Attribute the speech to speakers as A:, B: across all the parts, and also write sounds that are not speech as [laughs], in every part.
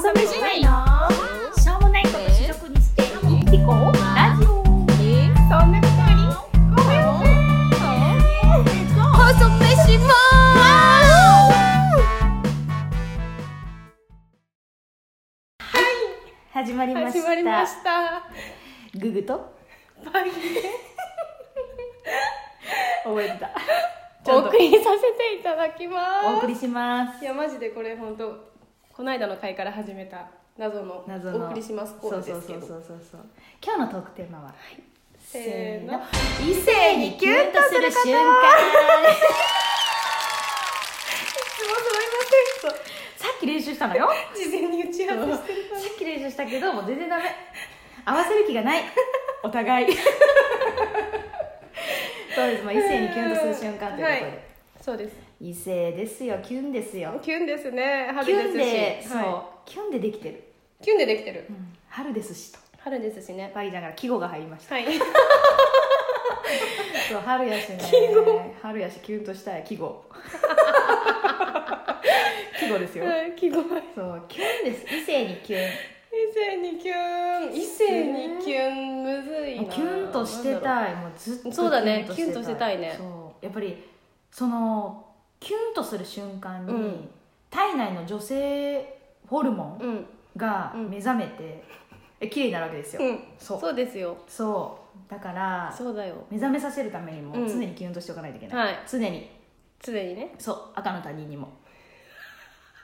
A: さめしないのしょうもないこと主食にして生きてこうラジオそんなことよりごめんなさいね
B: 細飯も
A: 始まりました
C: 始まりました。
A: ググと
C: パリ
A: 覚えてたち
C: お
A: ょっ
C: 送
A: と
C: りさせていただきます。
A: お送りします
C: いやマジでこれ本当この間の回から始めた謎の
A: 謎の
C: お送りしますコーナーですけど。
A: そうそうそうそうそう今日のトークテーマは
C: せーの
A: 異性にキュンとする [laughs] 瞬間
C: 質問す
A: さっき練習したのよさ
C: みません。事前に打ち合わせしてるから。
A: っき練習したけどもう全然ダメ合わせる気がないお互 [laughs] いそうです、まあ、異性にキュンとする瞬間ということで、
C: はいそうです。
A: 異性ですよキュンですよ
C: キュンですね。春
A: キュン
C: で
A: です
C: し。
A: そう、
C: は
A: キュンでできてる、
C: いキュンでできてる
A: う。ん春ですしと
C: 春ですしね。
A: バギーちゃんから季語が入りました [laughs]
C: はい。
A: そう春やしね春やしキュンとしたい季語 [laughs] 季語ですよ、
C: はい記号。
A: そうキュンです異性にキュン
C: 異性にキュン。異性にキュンむずい
A: もう
C: な。
A: キュンとして
C: い。
A: たいもうずっと
C: そうだねキュンとしてたいね
A: そうやっぱりそのキュンとする瞬間に、
C: うん
A: 体内の女性ホルモ
C: う
A: ン
C: ん。
A: が
C: うん
A: 目覚めて、え綺麗になるわけですよ、
C: うん。
A: そう
C: そうですよ。
A: そうだから
C: そうだよ。
A: 目覚めさせるためにも
C: うん
A: 常にキュンとしておかないといけない、
C: はい
A: 常に
C: 常にね。
A: そう赤の他人にも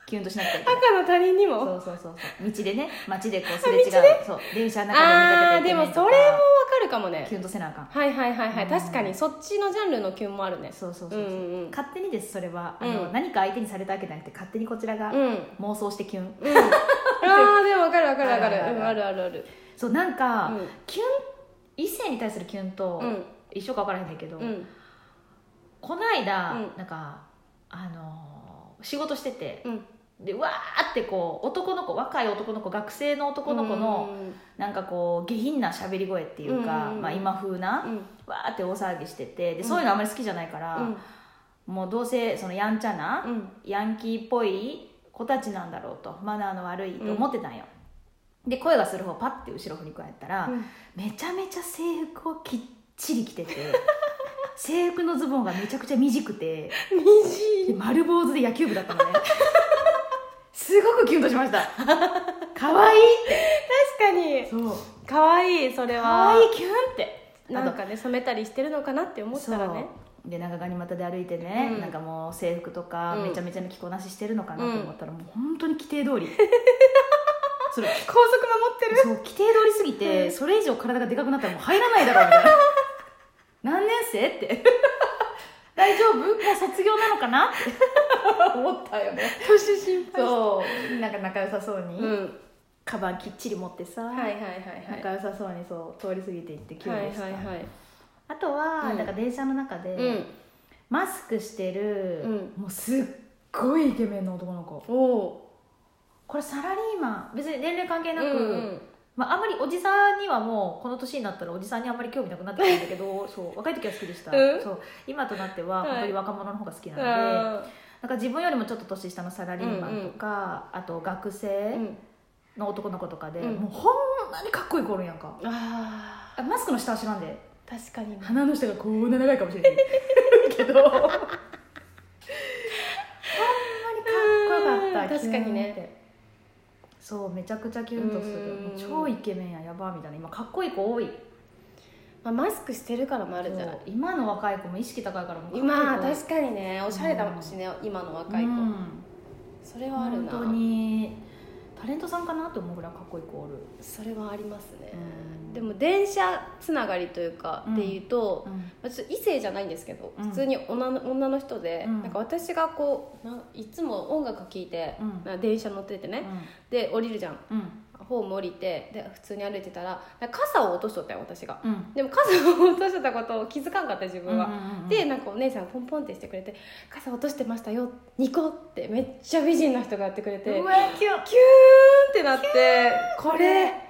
A: キュンとしなきゃいけない
C: 赤の他人にも
A: そうそうそうそう道でね街でこうすれ違うそう電車の
C: あ
A: 中
C: あ
A: で
C: ー
A: 見
C: でも
A: かけたイケメンとか
C: それもわかるかもね
A: キュンとせなあかん
C: はいはいはいはい、
A: うん
C: 確かにそっちのジャンルのキュンもあるね
A: そうそうそうそう、
C: うんうんうん
A: 勝手にですそれはあの、
C: うん
A: 何か相手にされたわけじゃなくて勝手にこちらが
C: うん、うん、あ
A: 妄想してキュン、
C: ーでもわかるわかるわかる
A: あ
C: う
A: る
C: ん
A: あ
C: あ
A: る
C: るあるある
A: そうなんか、
C: うん
A: キュン異性に対するキュンと、
C: うん
A: 一緒か分からへんねんけど、
C: うん
A: こないだ、
C: うん
A: なんかあのー仕事してて
C: うん
A: でわーってこう男の子若い男の子学生の男の子の、なんかこう下品な喋り声っていうか、
C: うん
A: まあ、今風な、
C: うん
A: わーって大騒ぎしててで
C: うん
A: そういうのあんまり好きじゃないから、
C: うん
A: もうどうせそのやんちゃな、
C: うん
A: ヤンキーっぽい子たちなんだろうとマナーの悪いと思ってたんよ、で声がする方パッて後ろ振り返ったら、
C: うん
A: めちゃめちゃ制服をきっちり着てて [laughs] 制服のズボンがめちゃくちゃ短くてで
C: 虹
A: 丸坊主で野球部だったのね
C: [laughs]
A: すごくキュンとしましたかわいい
C: 確かに
A: そう
C: 可愛いそれ
A: か
C: は
A: わいいキュンって
C: なんかね染めたりしてるのかなって思ったらね
A: そうで長ガニ股で歩いてね、
C: うん
A: なんかもう制服とか
C: うん
A: めちゃめちゃの着こなししてるのかなと思ったら、もう本当に規定通
C: [laughs]
A: りそれ
C: 高速守ってる
A: そう規定通りすぎて、
C: うん
A: それ以上体がでかくなったらもう入らないだろうみたいな何年生って大丈夫もう卒業なのかなって思ったよね
C: 年心配
A: そうなんか仲良さそうに、
C: うん
A: カバンきっちり持ってさ、
C: はいはいはいはい
A: 仲良さそうにそう通り過ぎていって急
C: はい
A: でした、
C: はいはい
A: あとは、
C: うん
A: なんか電車の中で、
C: うん
A: マスクしてる、
C: う
A: もうすっごいイケメンの男の子
C: おお
A: これサラリーマン別に年齢関係
C: ー
A: なく、まあ、あまりおじさんにはもうこの年になったらおじさんにあんまり興味なくなってきたんだけ
C: [laughs]
A: どそう若い時は好きでした、
C: うん
A: そう今となっては
C: はい
A: 本当に若者の方が好きなので、
C: あ
A: なんか自分よりもちょっと年下のサラリーマンとか、あと学
C: ーう
A: 生
C: ん
A: の男の子とかで、
C: うん
A: もうほんまにかっこいい子おるやんか
C: あー
A: あマスクの下は知らんで
C: 確かにね
A: 鼻の下がこんな長いかもし [laughs] れないけどほんまにかっこよか
C: う
A: っ
C: ん
A: た
C: 確かにね
A: キュンってそうめちゃくちゃキュンとする
C: うん
A: もう超イケメンややばみたいな今かっこいい子多い
C: まあ、マスクしてるからもあるんじゃない
A: そう今の若い子も意識高いからもう
C: 今
A: かっこいい子
C: 確かにねおしゃれだもんしね、今の若い子、
A: うん
C: それはある
A: 本
C: な
A: 当にタレントさんかなって思うぐらいかっこいい子おる
C: それはありますね、
A: うん
C: でも電車つながりというか
A: うん
C: っていうと、
A: うん
C: まあちょっと異性じゃないんですけど、
A: うん
C: 普通に女の女の人で、
A: うん
C: なんか私がこうないつも音楽聴いて、
A: うん
C: なんか電車乗っててね、で降りるじゃん
A: うん
C: ホーム降りてで普通に歩いてたらなんか傘を落としとったよ私が
A: うん
C: でも傘を落としてたことを気づかんかった自分は、
A: うん
C: でなんかお姉さんポンポンってしてくれて「傘落としてましたよニコ」ってめっちゃ美人な人がやってくれてキュ
A: う
C: ーンっ
A: わキュン
C: てなってこれ
A: やばいな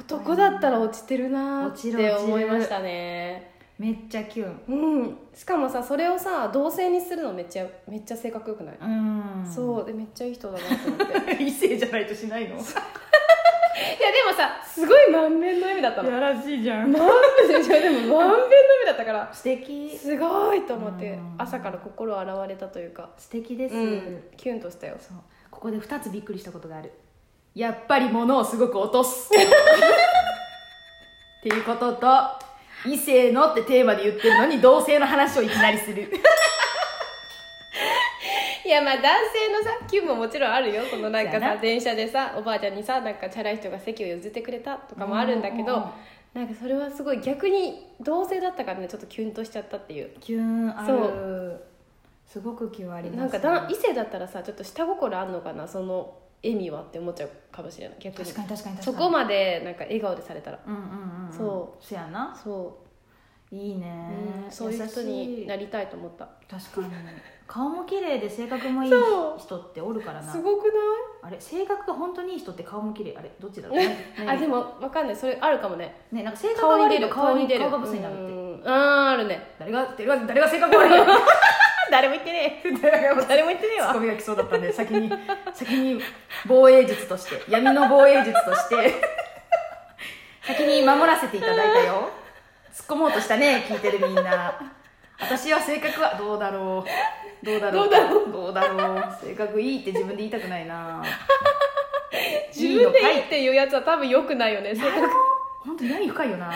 C: 男だったら落ちてるなー
A: 落ち
C: っ
A: る
C: て
A: 落ちる
C: 思いましたね
A: めっちゃキュン
C: うんしかもさそれをさ同性にするのめっちゃめっちゃ性格よくない、
A: うん
C: そうでめっちゃいい人だなと [laughs] 思っていやで
A: [laughs]
C: も
A: 異性じゃないとしないの
C: さすごい満面の笑みだったの
A: やらしいじゃ
C: 満面 [laughs] でしょでも満面の笑みだったから
A: 素敵
C: すごいと思って
A: うん
C: 朝から心洗われたというか
A: 素敵です、
C: うんキュンとしたよ
A: そうここで2つびっくりしたことがあるやっぱり物をすごく落と [laughs] すっていうことと異性のってテーマで言ってるのに同性の話をいきなりする
C: いやまあ男性のさキュンももちろんあるよこのなんか
A: そうや
C: さ
A: な
C: 電車でさおばあちゃんにさなんかチャラい人が席を譲ってくれたとかもあるんだ
A: う
C: け
A: んうんう
C: ど
A: ん
C: なんかそれはすごい逆に同性だったからねちょっとキュンとしちゃったっていう
A: キュンあ
C: そ
A: るすごくキュンあります
C: なんかだ異性だったらさちょっと下心あんのかなその笑みはって思っちゃうかもしれない逆に
A: 確かに確かに確かに
C: そこまでなんか笑顔でされたら
A: うんうんうん
C: そう
A: せやな
C: そ、
A: いいうね、
C: うん、そういう人にな
A: り
C: りたいと思った
A: 確かに顔も綺麗で性格もいい
C: そう
A: 人っておるからな
C: ごく
A: あれ性格が本当にいい人って顔も綺麗あれどっちだろうねね
C: [laughs] あでもわかんないそれあるかもね
A: ねなんか性格が
C: 顔に
A: 悪
C: 出
A: いと
C: る
A: 顔
C: 顔に
A: に
C: 出る
A: 顔がブスになるって
C: うんあーあるね
A: 誰が誰が誰が性格悪いの
C: [laughs] 誰も言ってねえ
A: 誰が
C: 誰も言ってねえ
A: ツッコ
C: わ
A: ミが来そうだったんで先に先に防衛術として闇の防衛術として先に守らせていただいたよ突っ込もうとしたね聞いてるみんな私は性格はどうだろうどうだろう
C: どうだ
A: ろうどうだろう性格いいって自分で言いたくないな
C: 自分でい
A: のか
C: いっていうやつは多分よくない
A: [laughs]
C: よね性格
A: 本当に闇深いよな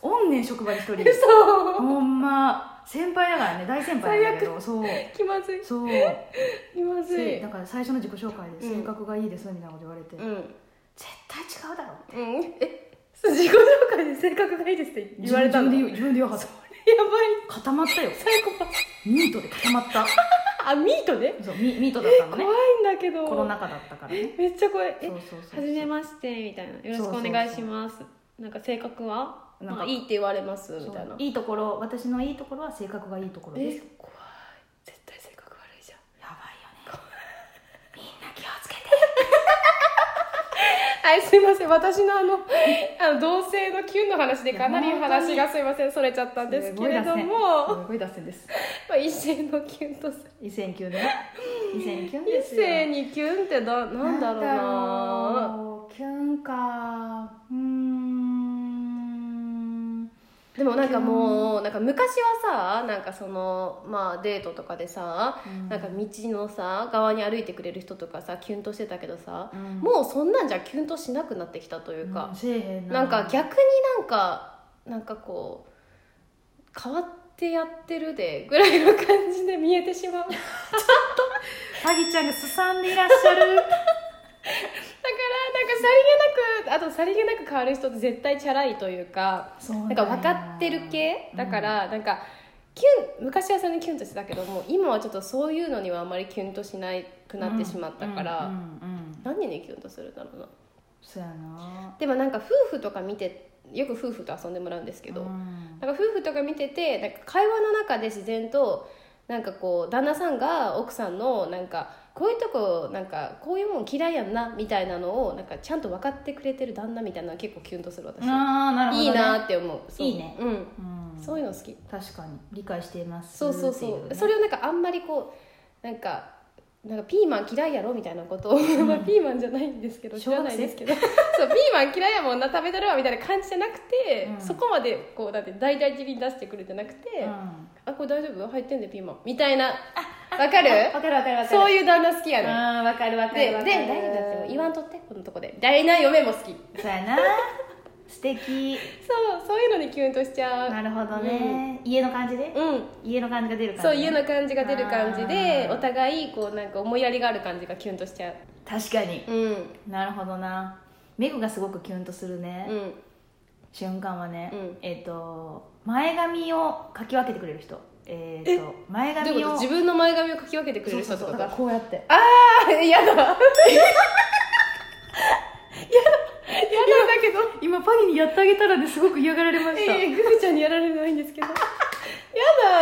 A: おんねん職場に一人
C: そう
A: ほんま先輩だからね大先輩なんだけどそう
C: 気まずい
A: そう
C: 気まずい
A: だから最初の自己紹介で
C: うん
A: 性格がいいですみたいなこと言われて、
C: うん
A: 絶対違うだろ
C: うんえ自己紹介で性格がいいですって言われたの
A: 自分で言
C: や
A: う自分で言わはった
C: ば
A: 固まったよ
C: い最高
A: ミートで固まった
C: あミートね
A: そうミミートだったの
C: 怖い
A: ね
C: んだけど
A: コロナ禍だったからね
C: めっちゃ怖い
A: そ
C: え
A: うそうそう
C: はじめましてみたいなよろしくお願いしますなんか性格は
A: な
C: なんん
A: か
C: かいいって言われますみ
A: そう
C: たいない
A: いところ私のいいところは性格がいいところです
C: え怖い絶対性格悪いじゃん
A: やばいよねみんな気をつけて
C: [laughs] はいすいません私のあのあの同性のキュンの話でかなり
A: いや本当に
C: 話がすいませんそれちゃったんですけれども
A: すごい脱線です
C: まあ異性のキュンとする
A: 異性に急ね異性に急で
C: 異
A: すよ
C: 性にキュンってだなんだ
A: なん
C: ろう
A: だ
C: な
A: ろうキュンかうーん
C: でもなんかもうなんか昔はさなんかそのまあデートとかでさ、
A: うん
C: なんか道のさ側に歩いてくれる人とかさキュンとしてたけどさ、
A: うん
C: もうそんなんじゃキュンとしなくなってきたという
A: うん
C: か、
A: せえへんな
C: なんか逆になんかなんかこう変わってやってるでぐらいの感じで見えてしまうだから
A: パギちゃんがすさんでいらっしゃる
C: なんかさりげなくあとさりげなく変わる人って絶対チャラいというか
A: そう
C: なんか分かってる系だか、らなんかキュン昔はそれにキュンとしてたけども今はちょっとそういうのにはあまりキュンとしなくなってしまったから、
A: うんうんうん
C: 何にキュンとするんだろうな
A: そうやな
C: でもなんか夫婦とか見てよく夫婦と遊んでもらうんですけど、
A: うん
C: なんか夫婦とか見ててなんか会話の中で自然となんかこう旦那さんが奥さんのなんかこういうとこなんかこういうもん嫌いやんなみたいなのをなんかちゃんと分かってくれてる旦那みたいなのは結構キュンとする私、
A: あーなるほど、ね、
C: いいなって思うそう
A: いいね
C: うん、
A: うん、
C: そういうの好き
A: 確かに理解しています
C: そうそうそう
A: っていね
C: それをなんかあんまりこうなんかなんかピーマン嫌いやろみたいなことを、 [laughs] まあピーマンじゃないんですけど知
A: 小学
C: ら
A: 生
C: ないですけど [laughs] そうピーマン嫌いやもんな食べてるわみたいな感じじゃなくて、
A: うん
C: そこまでこうだって大々的に出してくれてなくて、
A: うん
C: あこれ大丈夫入ってんでピーマンみたいなわかる
A: わかるわかるわかる
C: そう
A: いう
C: いう旦那好きやねん
A: んわかるわかる
C: でで
A: わかる
C: 大丈夫だって言わんとってこのとこでみたいな嫁も好きそう
A: そうやな [laughs] 素敵
C: そういうのにキュンとしちゃう
A: なるほどね、家の感じで、
C: うん
A: 家の感じが出るから、
C: そう家の感じが出る感じで
A: あー
C: お互いこうなんか思いやりがある感じがキュンとしちゃう
A: 確かに、
C: うん
A: なるほどなメグがすごくキュンとするね、
C: うん
A: 瞬間はね、
C: うん
A: えっ、と前髪をかき分けてくれる人えっ、と前
C: どうい
A: 髪
C: う
A: を
C: こと自分の前髪をかき分けてくれる人って
A: そうそうそう
C: こと
A: だからこうやって
C: ああ嫌 [laughs] だ嫌だ嫌だだけど
A: 今パギにやってあげたらねすごく嫌がられま
C: いやいやグフちゃんに [laughs] やられないんですけどや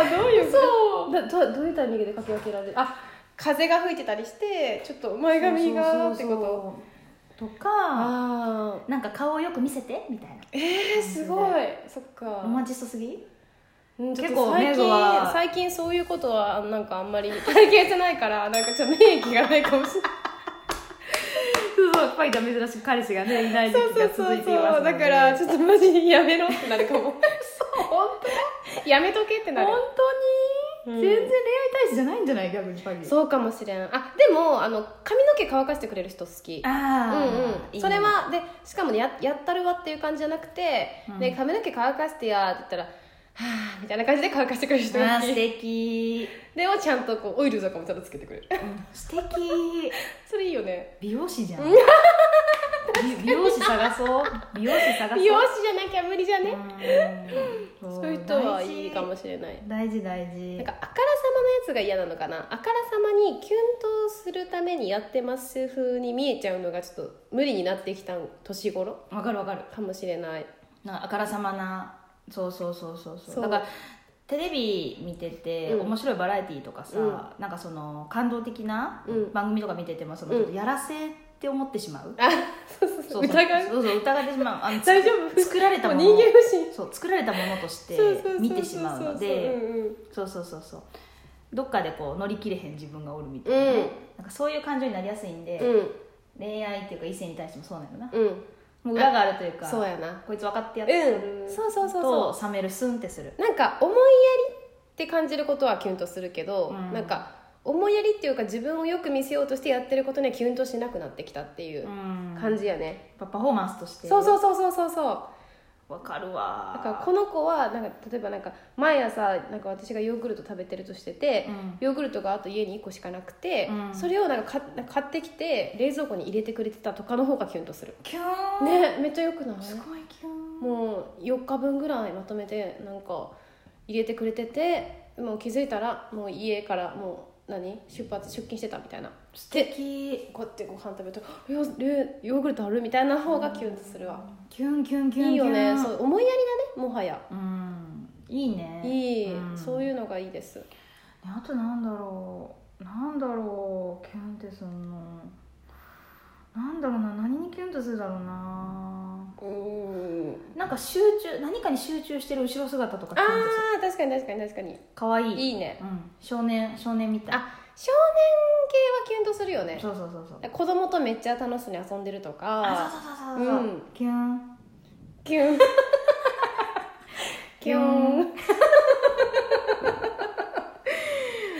C: だどういうそうだどどういうタイミングでかき分けられるあ風が吹いてたりしてちょっと前髪がってこと
A: とか
C: ああ
A: なんか顔をよく見せてみたいな
C: えー、すごいそっか
A: ロマンチストすぎ
C: うんちょっ
A: 結
C: と
A: 構
C: 最
A: メグは
C: 近最近そういうことはなんかあんまり [laughs] 体験してないからなんかちょっと免疫がないかもしれない
A: そうやっぱりダメ珍しく彼氏がねいない時
C: [laughs] そう
A: 期
C: そ
A: が
C: うそ
A: 続いうています
C: そう
A: ので
C: だからちょっとマジにやめろってなるかも
A: 本
C: [laughs] やめとけって
A: 当
C: な
A: に
C: る
A: 本当に、
C: うん
A: 全然恋愛体質じゃないんじゃない逆にパギ
C: そうかもしれんあでもあの髪の毛乾かしてくれる人好き
A: ああ、
C: うんうん、それはでしかもねややったるわっていう感じじゃなくて、
A: うん
C: で髪の毛乾かしてやって言ったらはあみたいな感じで乾かしてくれる人
A: あ
C: が
A: ー
C: 好
A: 素
C: き
A: 敵、
C: でもちゃんとこうオイルとかもちゃんとつけてくれる
A: 素
C: [laughs]
A: 敵
C: それいいよ [laughs] ね
A: 美容師じゃん
C: うん
A: び美容師探そう美容師探そう
C: 美容師じゃなきゃ無理じゃね
A: うん
C: そういう人はいいかもしれない
A: 大事大事
C: なんかあからさまのやつが嫌なのかなあからさまにキュンとするためにやってます風に見えちゃうのがちょっと無理になってきた年頃
A: わかるわかる
C: かもしれない
A: なんかあからさまなそうそうそうそうそう
C: そう
A: だからテレビ見てて、
C: うん
A: 面白いバラエティーとかさ、
C: うん
A: なんかその感動的な
C: うん
A: 番組とか見ててもそのちょっとやらせって思ってしまう、 [laughs]
C: あそうそうそう疑う
A: そうそう疑ってしまう
C: [laughs]
A: あの
C: 大丈夫
A: 作られたもの
C: もう人間不信
A: そう作られたものとして
C: そうそうそうそう
A: 見てしまうので
C: んうん
A: そうそうそうそうどっかでこう乗り切れへん自分がおるみたいな,、ね
C: うん
A: なんかそういう感情になりやすいんで、
C: う
A: 恋愛っていうか異性に対してもそうなんだな、
C: んうん
A: もう裏があるというか
C: そうやな
A: こいつ分かってやって
C: う
A: る
C: んそうそうそう
A: と
C: そ
A: 冷めるスンってする
C: うなんか思いやりって感じることはキュンとするけど、
A: うん
C: なんか思いやりっていうか自分をよく見せようとしてやってることにはキュンとしなくなってきたっていう
A: 感
C: 感
A: じ
C: じやね、
A: パフォーマンスとして
C: そうそううそうそうそうそう
A: わかるわ
C: だからこの子はなんか例えばなんか毎朝なんか私がヨーグルト食べてるとしてて、
A: うん
C: ヨーグルトがあと家に1個しかなくて、
A: うん
C: それをなんかかなんか買ってきて冷蔵庫に入れてくれてたとかの方がキュンとする
A: キューン
C: ねめっちゃよくない
A: すごいキューン
C: もう4日分ぐらいまとめてなんか入れてくれててもう気づいたらもう家からもう何出発出勤してたみたいな
A: 素敵
C: こうやってご飯食べて「ヨーレヨーグルトある?」みたいな方がキュンとするわ、
A: キュンキュンキュンキュン
C: いいよねそう思いやりだねもはや
A: うんいいね
C: いい、
A: うん
C: そういうのがいいです
A: あとなんだろうなんだろうキュンってするのなんだろうな何にキュンとするだろうな
C: うん
A: なんか集中何かに集中してる後ろ姿とか
C: あ
A: キュンとする
C: ー確かに確かに確かに
A: かわいい
C: いいね
A: うん、少年少年みたい
C: あ少年系はキュンとするよね
A: そうそうそうそう
C: 子供とめっちゃ楽しそうに遊んでると
A: あ
C: か
A: そうそうそうそう、
C: うん
A: キュン
C: キュンキュン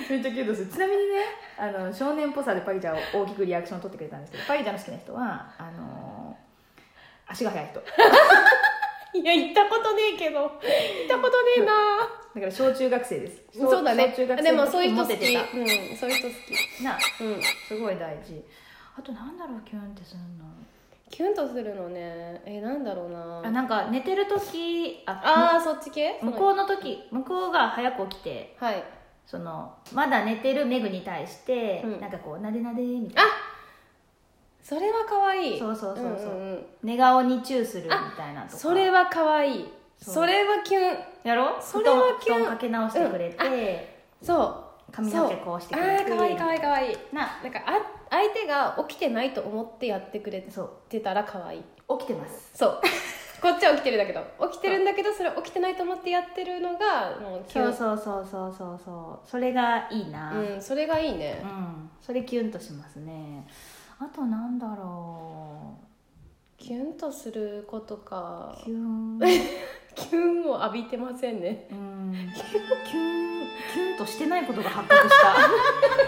A: めっちゃキュンとするちなみにねあの少年っぽさでパギちゃんを大きくリアクションを取ってくれたんですけどパギちゃんの好きな人はあのー足が速い人
C: いや行ったことねえけど行ったことねえな
A: だから小中学生です小
C: そうだね
A: 小中学生
C: でもそういう人好き
A: モテてた
C: うんそういう人好
A: な
C: きうん
A: すごい大事あとなんだろうキュンってするの
C: キュンとするのねえなんだろうな
A: あなんか寝てる時あ
C: あーそっち系
A: 向こうの時向こうが早く起きて
C: うはい
A: そのまだ寝てるメグに対して、
C: うん
A: なんかこうなでなでみたいな
C: それは可愛い
A: そうそうそうそうん
C: んん
A: 寝顔にチューするみたいなとか
C: それは可愛い
A: そう
C: それはキュン
A: やろ
C: それは
A: 布団
C: キュン
A: 布団かけ直してくれて、
C: そう
A: 髪の毛こうしてくれて
C: ああー可愛い可愛い可愛い
A: な
C: なんかあ相手が起きてないと思ってやってくれ
A: そ
C: てたら可愛いう
A: 起きてます
C: そう
A: [laughs]
C: こっちは起きてるんだけど起きてるんだけどそれ起きてないと思ってやってるのがもうキ
A: そ
C: ュン
A: うそうそうそうそうそうそれがいいなうん、
C: うんそれがいいね
A: それキュンとしますねあとなんだろ
C: キュンとすることか
A: うキュン
C: キュンを浴びてませんね
A: うんキュンキュンキュンとしてないことが発覚した
C: [laughs]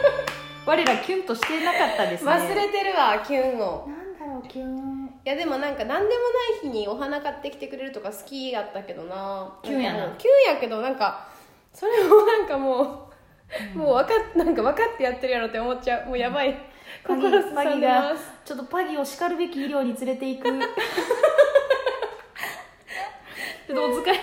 A: 我らキュンとしてなかったですね
C: 忘れてるわキュンを
A: なんだろうキュン
C: いやでもなんか何でもない日にお花買ってきてくれるとか好きやったけどな
A: キュンやな
C: かもうキュンやけどなんかそれもなんかもう、もう分かっなんか分かってやってるやろって思っちゃうもうやばい、
A: パギ
C: 心すさ
A: パ
C: ん
A: ギ
C: で
A: が
C: ます
A: ちょっとパギを叱るべき医療に連れてい
C: [laughs]
A: くちょっとお疲れ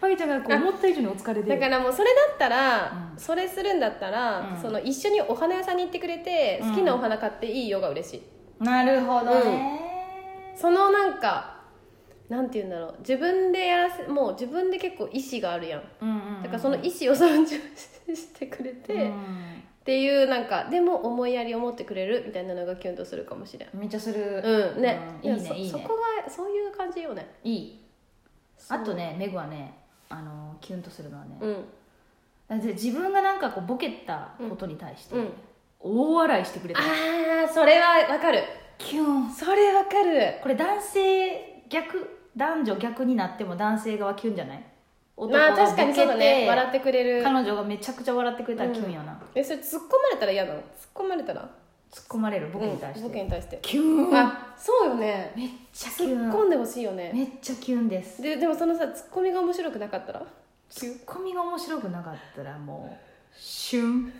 A: パギちゃんがこう思った以上にお疲れで
C: だからもうそれだったら、
A: うん
C: それするんだったら、
A: うん
C: その一緒にお花屋さんに行ってくれて、
A: うん
C: 好きなお花買っていいよが嬉しい
A: なるほどね、
C: そのなんかなんて言うんだろう自分でやらせもう自分で結構意思があるやん
A: うんうんうん
C: だからその意思を尊重してくれて、
A: うん
C: っていうなんかでも思いやりを持ってくれるみたいなのがキュンとするかもしれん
A: めっちゃする、
C: うんね,
A: う
C: い
A: ん
C: や、
A: いいねいい
C: そそ
A: ね
C: こがそういう感じよね
A: いいあとねメグはねあのキュンとするのはね、
C: うん
A: だって自分がなんかこうボケたことに対して
C: うん
A: 大笑いしてくれた、
C: ああそれはわかる
A: キュン
C: それわかる
A: これ男性逆男女逆になっても男性側キュンじゃない男
C: ま
A: が
C: あ確かにそうだね笑
A: ボ
C: っ
A: ケ
C: てくれ
A: て
C: る
A: 彼女がめちゃくちゃ笑ってくれたらキュンやな、
C: えそれ突っ込まれたら嫌なの突っ込まれたら
A: 突っ込まれるボケに対して、
C: うんボケに対して
A: キュン
C: あそうよね
A: めっちゃキ
C: 突
A: ュ
C: っ込
A: ン
C: んでほしいよね
A: めっちゃキュンです
C: ででもそのさツッコミが面白くなかったら
A: ツッコミが面白くなかったらもうシュン [laughs]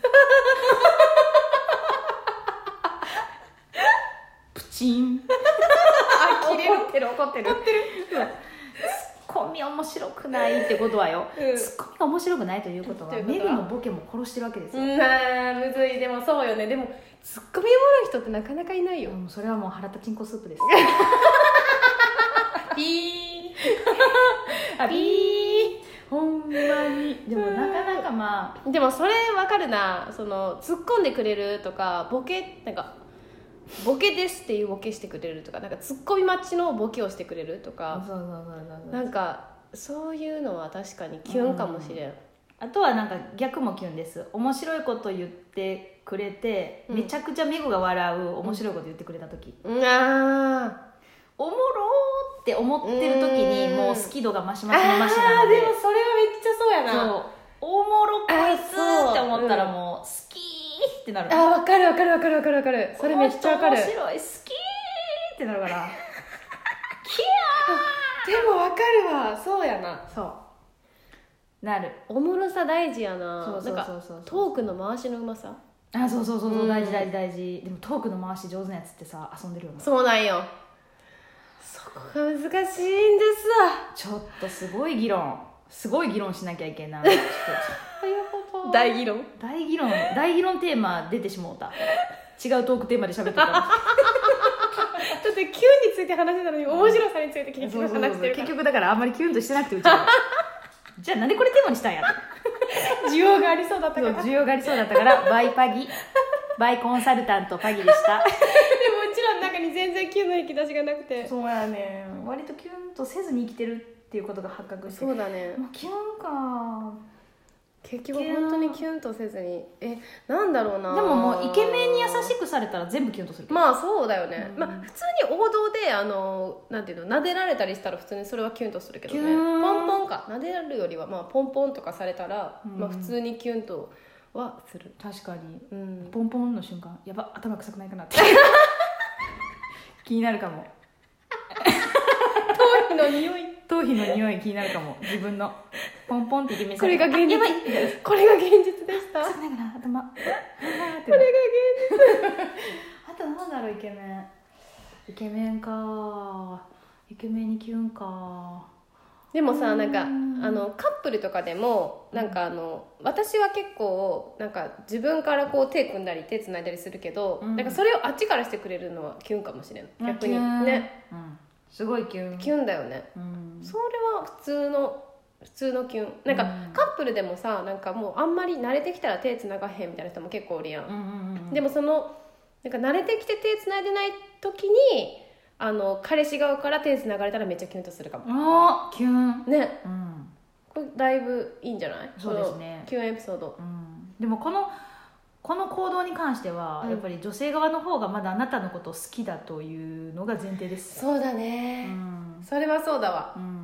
A: プチン
C: あ
A: 怒ってる怒ってるうんツッコミ面白くないってことはよ、
C: うん
A: ツッコミが面白くないということは
C: ということ
A: メ
C: は
A: グもボケも殺してるわけです
C: う
A: よ、
C: んあーむずいでもそうよねでもツッコミおもろい人ってなかなかいないよ
A: うんそれはもう腹立ちんこスープ [laughs] です
C: ピー
A: あビーほんまにでもなかなかまあ
C: でもそれわかるなその突っ込んでくれるとかボケなんかボケですっていうボケしてくれるとかなんか突っ込み待ちのボケをしてくれるとか、
A: そうそうそうそうそう
C: なんかそういうのは確かにキュンかもしれん、
A: あとはなんか逆もキュンです面白いこと言ってくれて、
C: うん
A: めちゃくちゃメグが笑う面白いこと言ってくれた時、
C: うん、あ
A: おもろーって思ってる時に
C: うん
A: もう好き度が増し
C: ー
A: 増し増しな
C: あー
A: ので
C: でもそれはめっちゃそうやな
A: そうおもろこいつ
C: あそう
A: って思ったらもう好きーってなる
C: あーわかるわかるわかるわかるわかるそれめっちゃわかる
A: この人
C: で
A: 面白い好きーってなるからキ
C: もわかるわそうやな
A: ャーそうなる
C: おもろさ大事やな
A: そうそうそうそう
C: なんかトークの回しのうまさ
A: あそうそうそうそううん大事大事大事でもトークの回し上手なやつってさ遊んでるよな
C: そうなんよそこが難しいんですわ
A: ちょっとすごい議論すごい議論しなきゃいけ [laughs] ないちょっ
C: 大議論
A: と大議論大議論テーマ出てしもうた違うトークテーマで喋ってた
C: だってキュンについて話してたのに面白さについて結局話してる
A: [laughs] 結
C: から
A: 局だからあんまりキュンと [laughs] してなくてうちはじゃあなんでこれテーマにしたんや
C: 需要がありそうだった
A: そ
C: から
A: う
C: でもう
A: 需要がありそうだったからバイパギバイコンサルタントパギでした
C: ちらの中に全然キュンの引き出しがなくて
A: [laughs] そうやね割とキュンとせずに生きてるっていうことが発覚して
C: そうだね
A: もうキュンか
C: 結局本当にキュンとせずにえなんだろうな
A: でももうイケメンに優しくされたら全部キュンとするけど
C: まあそうだよね、
A: うん
C: まあ普通に王道であのなんていうの撫でられたりしたら普通にそれはキュンとするけどね
A: キューン
C: ポンポンか撫でられるよりはまあポンポンとかされたら、
A: うん
C: まあ普通にキュンとはする
A: 確かに
C: [laughs] うん
A: ポンポンの瞬間やば頭臭くないかなって [laughs] 気になるかも
C: 頭皮の匂い
A: 頭皮の匂い気になるかも自分のポンポンってイケメン
C: これが現
A: あや
C: 実
A: ばいみたいな
C: これが現実で
A: [laughs]
C: した
A: 臭くないかな頭こ
C: これが
A: [laughs]
C: 現
A: あとなんだろうイケメンイケメンかイケメンにキュンか
C: 実でもさなんかあ
A: うん
C: のカップルとかでもなんかあの私は結構なんか自分からこう手組んだり手つないだりするけど、
A: うん
C: なんかそれをあっちからしてくれるのはキュンかもしれん逆に
A: キュン
C: ね
A: うんすごいキュン
C: キュンだよね
A: うん
C: それは普通の普通のキュンなんか
A: うん
C: カップルでもさなんかもうあんまり慣れてきたら手繋がへんみたいな人も結構おるや、
A: うんんうんうん
C: でもそのなんか慣れてきて手繋いでない時にあの彼氏側から手繋がれたらめっちゃキュンとするかも、
A: あーキュン
C: ね
A: うん
C: これだいぶいいんじゃない
A: そうですね
C: このキュンエピソード
A: うんでもこのこの行動に関しては、
C: うん
A: やっぱり女性側の方がまだあなたのことを好きだというのが前提です
C: そうだ
A: う
C: ね、
A: ん、
C: それはそうだわ
A: うん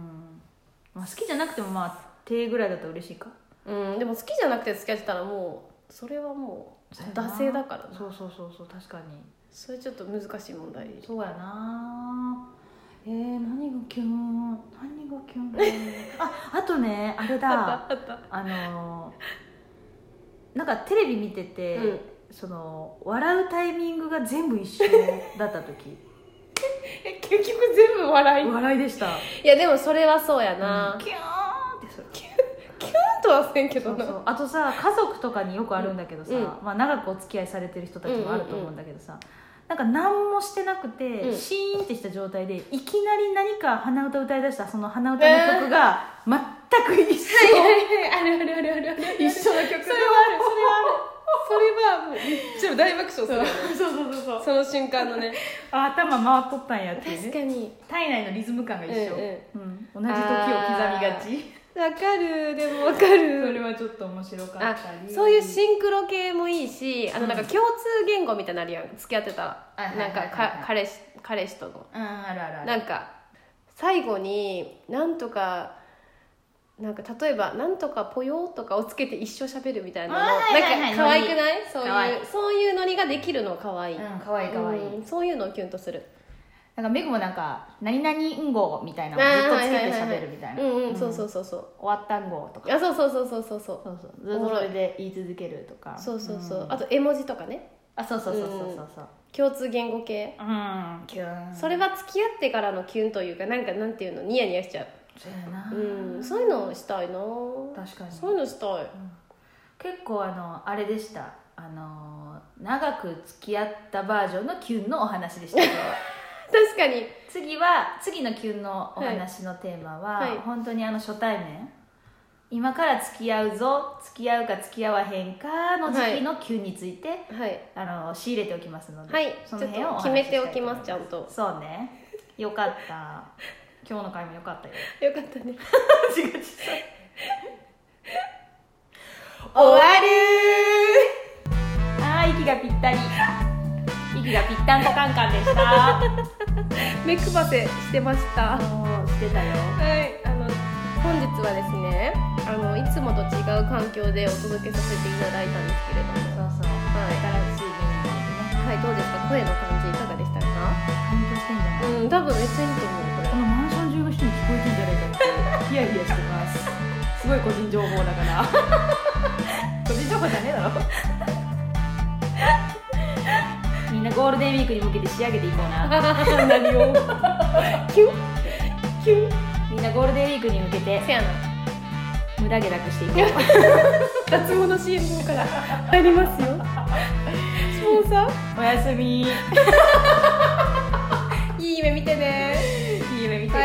A: まあ、好きじゃなくてもまあ手ぐらいだと嬉しいか
C: うんでも好きじゃなくて付き合ってたらもうそれはもう
A: そうやな
C: 惰性だからな
A: そうそうそうそう確かに
C: それちょっと難しい問題
A: そうやなえー、何がキュン何がキュ [laughs] ンああとねあれだ
C: あった
A: あのーなんかテレビ見てて、
C: うん
A: その笑うタイミングが全部一緒だった時
C: え結局全部笑
A: [laughs]
C: い
A: 笑いでした
C: いやでもそれはそうやな、
A: うん
C: キ
A: キューンってする
C: ュンとはせんけ
A: そ
C: ど
A: う
C: な
A: そうあとさ家族とかによくあるんだけどさ、
C: うん
A: まあ、長くお付き合いされてる人たちもあると思うんだけどさ、なんか何もしてなくて、
C: うん
A: シーンってした状態でいきなり何か鼻歌歌いだしたその鼻歌の曲が全く一
C: [laughs]
A: 緒、
C: あるあるあるあ
A: 一緒の
C: るある
A: 曲
C: それはあるそれはあるそれはもうめっちゃ大爆笑するよね
A: そうそうそうそう
C: その瞬間のね
A: あ頭回っとったんやっていう
C: 確
A: ね
C: かに
A: 体内のリズム感が一緒、
C: うん
A: うん同じ時を刻みがち
C: わかるでもわかる
A: それはちょっと面白か
C: あ
A: ったり
C: そういうシンクロ系もいいしあのなんか
A: うん
C: 共通言語みたいなのあるやん付き合ってたら
A: はいはいは
C: ないん
A: はいは
C: か
A: い
C: か彼氏彼氏との
A: うんあるあるある
C: なんか最後になんとかなんか例えば「なんとかぽよ」とかをつけて一生喋るみたいなの
A: あーはいはいは
C: ないんか可愛くないそう
A: 可
C: い
A: 愛
C: うそういうノリができるの可愛い
A: うんかわいいかわいい、
C: うんそういうのをキュンとする
A: なんかメグもなんか「何々うんご」みたいな
C: あ
A: のを
C: ー
A: ずっとつけて
C: ははは
A: 喋るみたいな
C: うんうん、
A: うん
C: そうそうそうそう
A: 「終わったんご」とか
C: あそうそうそうそうそうそう
A: そうそうずっとそれで言い続けるとか
C: そうそうそう、
A: ん
C: あと絵文字とかね
A: あそうそうそうそうそうそう
C: 共通言語系
A: うんキュン
C: それは付き合ってからのキュンというかなんかなんていうのニヤニヤしちゃ
A: そうやな
C: う、うん、そういうのしたいな
A: 確かに
C: そういうのしたい
A: 結構あのあれでしたあのー長く付き合ったバージョンのキュンのお話
C: [laughs]
A: でしたけど
C: 確かに
A: 次は次のキュンのお話のテーマは、
C: はいはい
A: 本当にあの初対面今から付き合うぞ付き合うか付き合わへんかの時期のキュンについて、
C: はい
A: あの仕入れておきますので、
C: はい
A: その辺をお話し
C: ちょっと決めてお
A: したい
C: き
A: 思い
C: ますちゃんと
A: そうねよかった今日の回もよか
C: [laughs]
A: ったよ
C: よかったね
A: 違う違う終わるーあー息がぴった
C: [laughs]
A: り息がぴったんこカンカンでした
C: 目くばせしてましたは
A: もうしてたよ
C: いあの本日はですねあのいつもと違う環境でお届けさせていただいたんですけれど
A: そう
C: も
A: そう新しいメ
C: はいどうですか声の感じいかがでしたか
A: ニューになってね反響してんじゃない
C: うん多分めっちゃいいと思うこれ
A: このマンション中の人に聞こえてんじゃないかってヒヤヒヤしてますすごい個人情報だから個人情報じゃねえだろみんなゴールデンウィークに向けて仕上げていこうな何を
C: キュンキュン
A: みんなゴールデンウィークに向けて
C: せやな
A: 無駄毛なくしていこう
C: 脱毛の CM から入りますよスポンサ
A: おやすみいい
C: ーいい夢見てね
A: 夢見てね